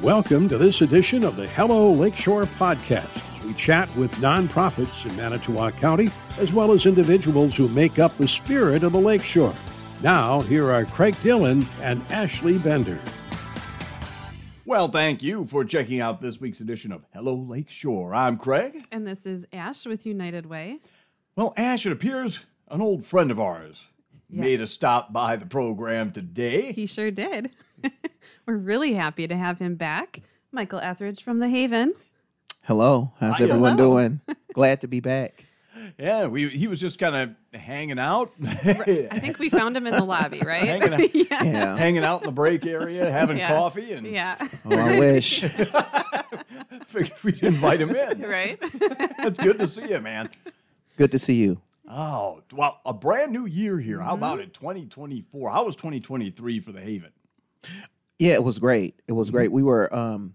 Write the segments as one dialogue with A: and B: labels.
A: Welcome to this edition of the Hello Lakeshore Podcast. We chat with nonprofits in Manitowoc County, as well as individuals who make up the spirit of the lakeshore. Now, here are Craig Dillon and Ashley Bender.
B: Well, thank you for checking out this week's edition of Hello Lakeshore. I'm Craig.
C: And this is Ash with United Way.
B: Well, Ash, it appears an old friend of ours
C: Yeah.
B: made a stop by the program today.
C: He sure did. We're really happy to have him back. Michael Etheridge from The Haven.
D: Hello, how's
B: Hi,
D: everyone
C: hello.
D: doing? Glad to be back.
B: Yeah, we, he was just kind of hanging out,
C: I think we found him in the lobby, right?
B: Hanging out.
C: yeah.
D: Yeah.
B: hanging out in the break area, having
C: Yeah.
B: coffee, and
C: Yeah.
D: Oh, I wish.
B: figured we'd invite him in.
C: right?
B: It's good to see you, man.
D: Good to see you.
B: Oh, well, a brand new year here.
C: Mm-hmm.
B: How about it? 2024. How was 2023 for the Haven?
D: Yeah, it was great. It was great. We were um,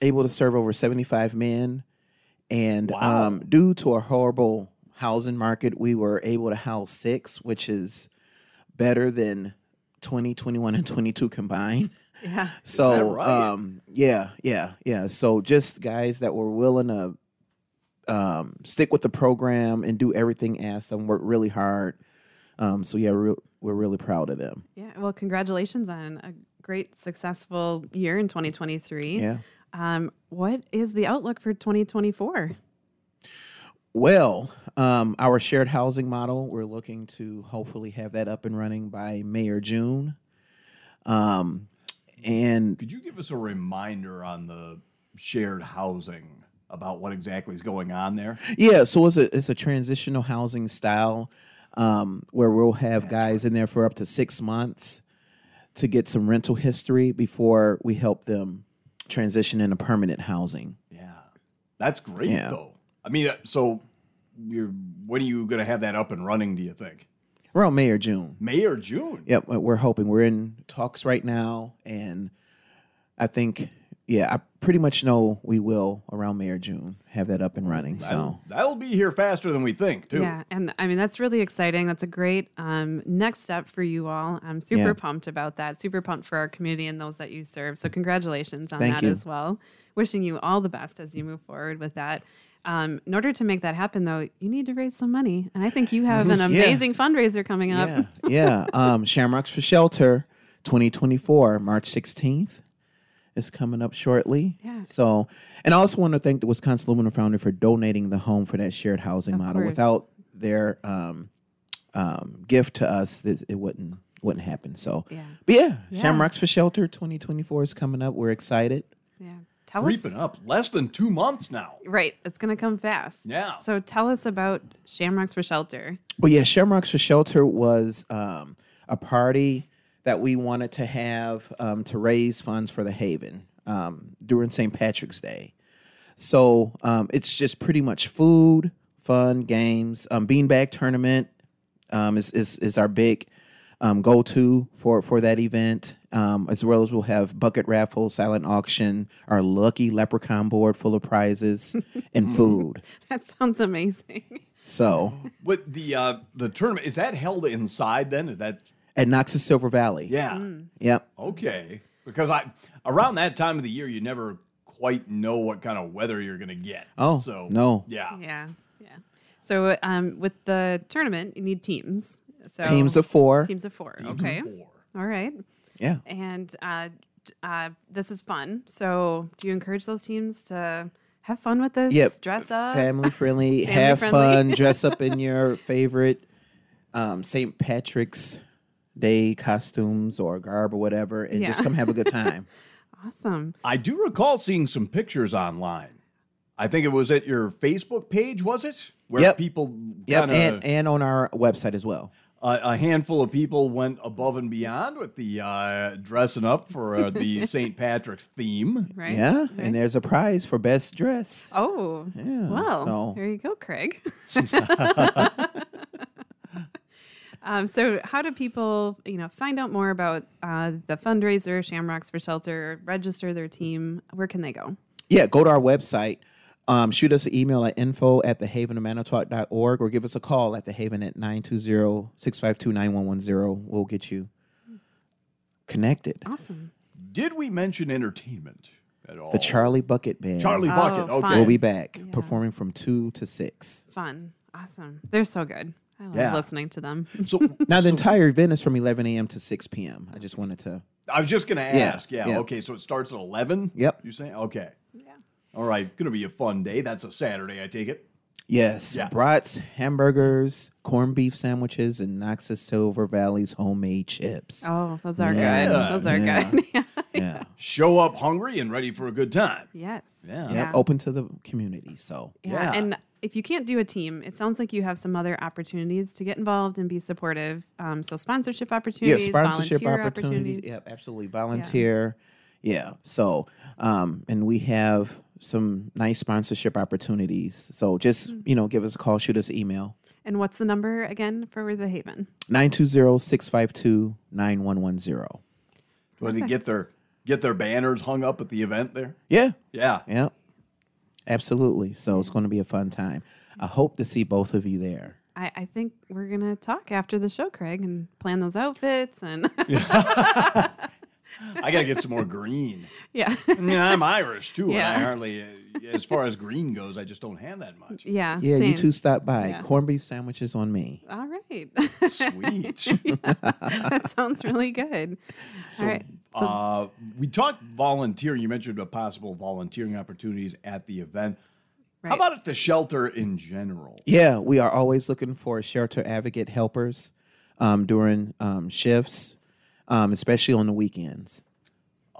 D: able to serve over 75 men. And
B: Wow.
D: um, due to a horrible housing market, we were able to house six, which is better than 20, 21, and 22 combined.
C: yeah.
D: So,
B: right?
D: um, yeah, yeah, yeah. So, just guys that were willing to um, stick with the program and do everything asked them, work really hard. Um, so, yeah, we're, we're really proud of them.
C: Yeah. Well, congratulations on a great, successful year in 2023.
D: Yeah.
C: Um, what is the outlook for 2024?
D: Well, um, our shared housing model, we're looking to hopefully have that up and running by May or June. Um, and
B: Could you give us a reminder on the shared housing about what exactly is going on there?
D: Yeah, so it's a it's a transitional housing style um, where we'll have guys in there for up to six months to get some rental history before we help them transition into permanent housing.
B: Yeah, that's great
D: Yeah.
B: though. I mean, uh, so you're when are you going to have that up and running? Do you think
D: Around May or June.
B: May or June?
D: Yep, we- we're hoping we're in talks right now, and I think yeah, I pretty much know we will around May or June have that up and running. So
B: that'll, that'll be here faster than we think too.
C: Yeah, and I mean that's really exciting. That's a great um, next step for you all. I'm super
D: Yeah. Mm.
C: pumped about that. Super pumped for our community and those that you serve. So congratulations on
D: Thank
C: that
D: you.
C: as well. Wishing you all the best as you move forward with that. Um, in order to make that happen, though, you need to raise some money, and I think you have an amazing fundraiser coming up.
D: yeah, yeah. Um, Shamrocks for Shelter 2024, March 16th. is coming up shortly.
C: Yeah.
D: So, and I also want to thank the Wisconsin Aluminum Foundry for donating the home for that shared housing
C: Of
D: model.
C: course.
D: Without their um, um, gift to us, this, it wouldn't wouldn't happen. So,
C: Yeah.
D: but yeah,
C: Yeah.
D: Shamrocks for Shelter 2024 is coming up. We're excited.
C: Yeah. Tell
B: Creeping
C: us,
B: up, less than two months now.
C: Right, it's going to come fast.
B: Yeah.
C: So tell us about Shamrocks for Shelter.
D: Well, yeah, Shamrocks for Shelter was um, a party that we wanted to have um, to raise funds for the Haven um, during St. Patrick's Day. So um, it's just pretty much food, fun, games. Um, beanbag tournament um, is, is is our big um, go to for for that event. Um, as well as we'll have bucket raffle, silent auction, our lucky leprechaun board full of prizes, and food.
C: That sounds amazing.
D: So
B: With the uh, the tournament is that held inside? Then is that
D: at Knox's Silver Valley.
B: yeah?
D: Yep.
B: Okay, because I around that time of the year you never quite know what kind of weather you're going to get.
D: Oh,
B: so
D: no.
B: yeah,
C: Yeah, yeah. So um, with the tournament, you need teams. So
D: teams of four.
C: teams of four. okay,
B: Four.
C: all right.
D: Yeah.
C: And uh, d- uh, this is fun. So do you encourage those teams to have fun with this?
D: Yep.
C: Dress up.
D: Family friendly.
C: Uh, Family
D: have
C: friendly.
D: fun. Dress up in your favorite um, St. Patrick's Day costumes or garb or whatever, and just
C: Yeah.
D: come have a good time.
C: Awesome.
B: I do recall seeing some pictures online. I think it was at your Facebook page, was it? Where
D: Yep.
B: people
D: yep.
B: kind
D: And,
B: of
D: and on our website as well.
B: a, a handful of people went above and beyond with the uh, dressing up for uh, the St. Patrick's theme.
C: Right.
D: Yeah.
C: Right.
D: And there's a prize for best dress.
C: Oh.
D: Yeah,
C: Well,
D: so-
C: there you go, Craig. um, so, how do people, you know, find out more about uh, the fundraiser, Shamrocks for Shelter, register their team? Where can they go?
D: Yeah. Go to our website. Um, shoot us an email at info at thehavenofmanitowoc.org or give us a call at the haven at 920-652-9110. We'll get you connected.
C: Awesome.
B: Did we mention entertainment? at all.
D: The Charlie Bucket Band
B: Charlie
C: Oh,
B: Bucket. Okay.
C: fine.
D: will be back
C: Yeah.
D: performing from two to six.
C: Fun. Awesome. They're so good. I love
B: Yeah.
C: listening to them.
B: So
D: Now the entire event is from 11 a.m. to 6 p.m. I just wanted to.
B: I was just gonna
D: Yeah,
B: ask. Yeah.
D: yeah.
B: Okay. So it starts at eleven.
D: Yep.
B: You say okay.
C: Yeah.
B: All right. Gonna be a fun day. That's a Saturday. I take it.
D: Yes,
B: Yeah.
D: brats, hamburgers, corned beef sandwiches, and Knox's Silver Valley's homemade chips.
C: Oh, those are
B: Yeah.
C: good. Those are
D: Yeah.
C: good. Yeah.
D: Yeah,
B: Show up hungry and ready for a good time.
C: Yes.
B: Yeah.
D: Yep, Oh,
C: Yeah.
D: open to the community. So
C: Yeah.
B: Yeah.
C: And if you can't do a team, it sounds like you have some other opportunities to get involved and be supportive. Um, so sponsorship
D: yeah,
C: opportunities,
D: sponsorship
C: volunteer
D: opportunities.
C: opportunities.
D: Yeah, absolutely. Volunteer. Yeah. So, um, and we have some nice sponsorship opportunities. So just,
C: Mm.
D: you know, give us a call, shoot us an email.
C: And what's the number again for the Haven?
D: 920-652-9110.
B: Do they get their get their banners hung up at the event there?
D: Yeah.
B: Yeah.
D: Yeah. Absolutely. So it's going to be a fun time. I hope to see both of you there.
C: I, I think we're gonna talk after the show, Craig, and plan those outfits and
B: I gotta get some more green.
C: yeah,
B: Yeah, I'm Irish too. And
C: Yeah.
B: I hardly, uh, as far as green goes, I just don't have that much.
C: yeah,
D: Yeah,
C: Ah, same.
D: you two stop by.
C: Yeah.
D: Corned beef sandwiches on me.
C: All right,
B: Sweet.
C: that sounds really good. All right, so
B: uh, we talked volunteering. You mentioned a possible volunteering opportunities at the event.
C: right.
B: How about at the shelter in general?
D: Yeah, we are always looking for shelter advocate helpers um, during um, shifts, um, especially on the weekends.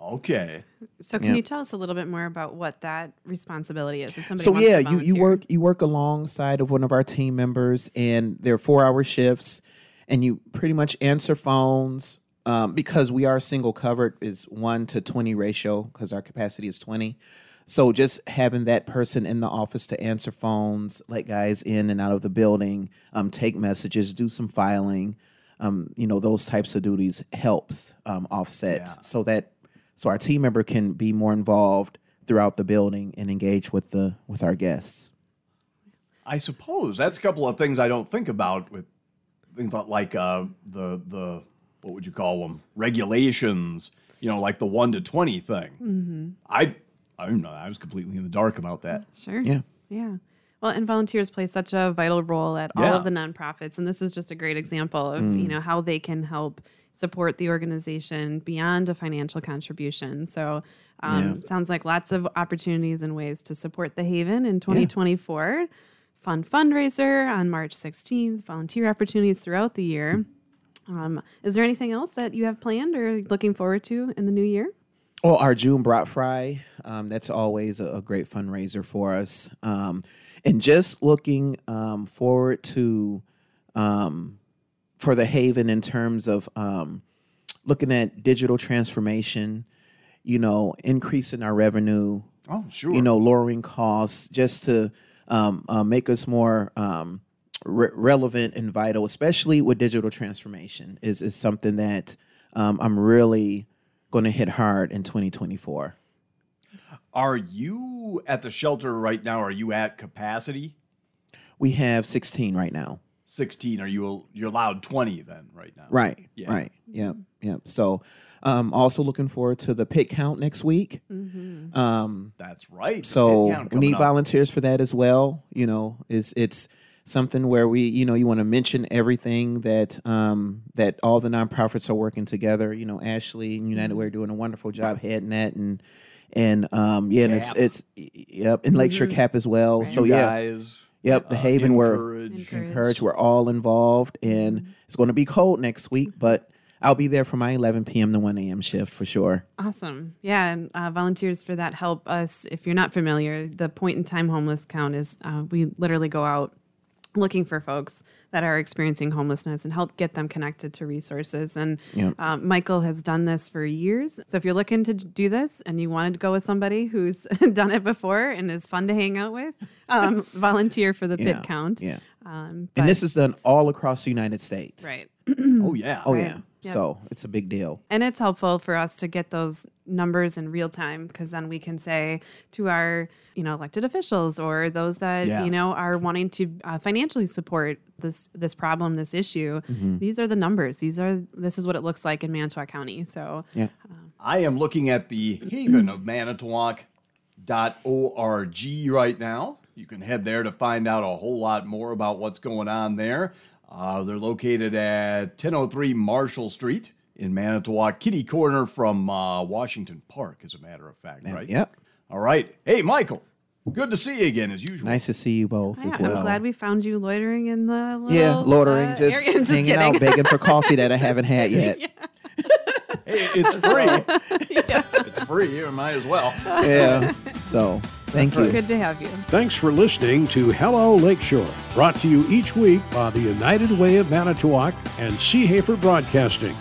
B: Okay.
C: so? Can
D: yeah.
C: you tell us a little bit more about what that responsibility is? If somebody
D: So
C: wants to
D: yeah, you, you
C: volunteer?
D: work you work alongside of one of our team members, and they're four hour shifts, and you pretty much answer phones um, because we are single covered is one to twenty ratio because our capacity is twenty. So just having that person in the office to answer phones, let guys in and out of the building, um, take messages, do some filing, um, you know those types of duties helps um, offset so that so our team member can be more involved throughout the building and engage with the with our guests.
B: I suppose that's a couple of things I don't think about with things like- like uh, the the what would you call them regulations? You know, like the one to twenty thing. I I don't know. I was completely in the dark about that.
C: Sure.
D: Yeah.
C: Yeah. Well, and volunteers play such a vital role at all
B: Yeah.
C: of the nonprofits, and this is just a great example of you know how they can help support the organization beyond a financial contribution. So, um, sounds like lots of opportunities and ways to support the Haven in 2024. Fun fundraiser on March 16th. Volunteer opportunities throughout the year. Um, is there anything else that you have planned or looking forward to in the new year?
D: Well, our June Brat Fry, um, that's always a, a great fundraiser for us. Um, and just looking um, forward to um, for the Haven in terms of um, looking at digital transformation, you know, increasing our revenue,
B: Oh, sure.
D: you know, lowering costs just to um, uh, make us more um, re- relevant and vital, especially with digital transformation, is, is something that um, I'm really going to hit hard in 2024.
B: Are you at the shelter right now? Are you at capacity?
D: We have 16 right now.
B: 16. Are you al- you're allowed 20 then right now?
D: Right.
B: Yeah.
D: Right. Yep. Yep. So, um, also looking forward to the pit count next week.
C: Mm-hmm.
D: Um,
B: That's right.
D: so we need
B: volunteers.
D: volunteers for that as well you know it's it's something where we you know you want to mention everything that um that all the nonprofits are working together you know ashley and
C: Mm-hmm.
D: united way are doing a wonderful job heading that and and um yeah and it's
B: Cap.
D: it's y- yep and lakeshore cap as well
C: Mm-hmm. Right.
D: so
B: you
D: yeah
B: guys.
D: yep the
B: uh,
D: haven were
B: encourage-
C: Encourage.
D: encouraged we're all involved and
C: Mm-hmm.
D: it's going to be cold next week but i'll be there for my 11 p.m to 1 a.m shift for sure
C: Awesome. Yeah. And uh, volunteers for that help us. If you're not familiar, the point in time homeless count is uh, we literally go out looking for folks that are experiencing homelessness and help get them connected to resources. And uh, Michael has done this for years. So if you're looking to do this and you wanted to go with somebody who's done it before and is fun to hang out with, um, volunteer for the
D: Yeah.
C: pit count.
D: yeah
C: Um,
D: and
C: but-
D: this is done all across the united states
C: right.
B: Oh yeah.
D: Oh
C: Right.
D: yeah.
C: Yep.
D: So it's a big deal.
C: And it's helpful for us to get those numbers in real time because then we can say to our, you know, elected officials or those that
B: Yeah.
C: you know are wanting to uh, financially support this this problem,
D: Mm-hmm.
C: this issue. These are the numbers. These are this is what it looks like in Mantua County. So
D: Yeah.
B: I am looking at the Haven of Manitowoc.org right now. You can head there to find out a whole lot more about what's going on there. Uh, they're located at 1003 Marshall Street in Manitowoc, kitty corner from uh, Washington Park, as a matter of fact, right?
D: Yep.
B: All right. Hey, Michael. Good to see you again, as usual.
D: Nice to see you both
C: Yeah,
D: as well.
C: I'm glad we found you loitering in the little,
D: yeah, loitering,
C: uh,
D: just
C: area.
D: hanging out, begging for coffee that I haven't had yet.
B: Hey, it's free.
C: Yeah.
B: it's free. You might as well.
D: yeah. So thank you.
C: Good to have you.
A: Thanks for listening to Hello Lakeshore, brought to you each week by the United Way of Manitowoc and Seahafer Broadcasting.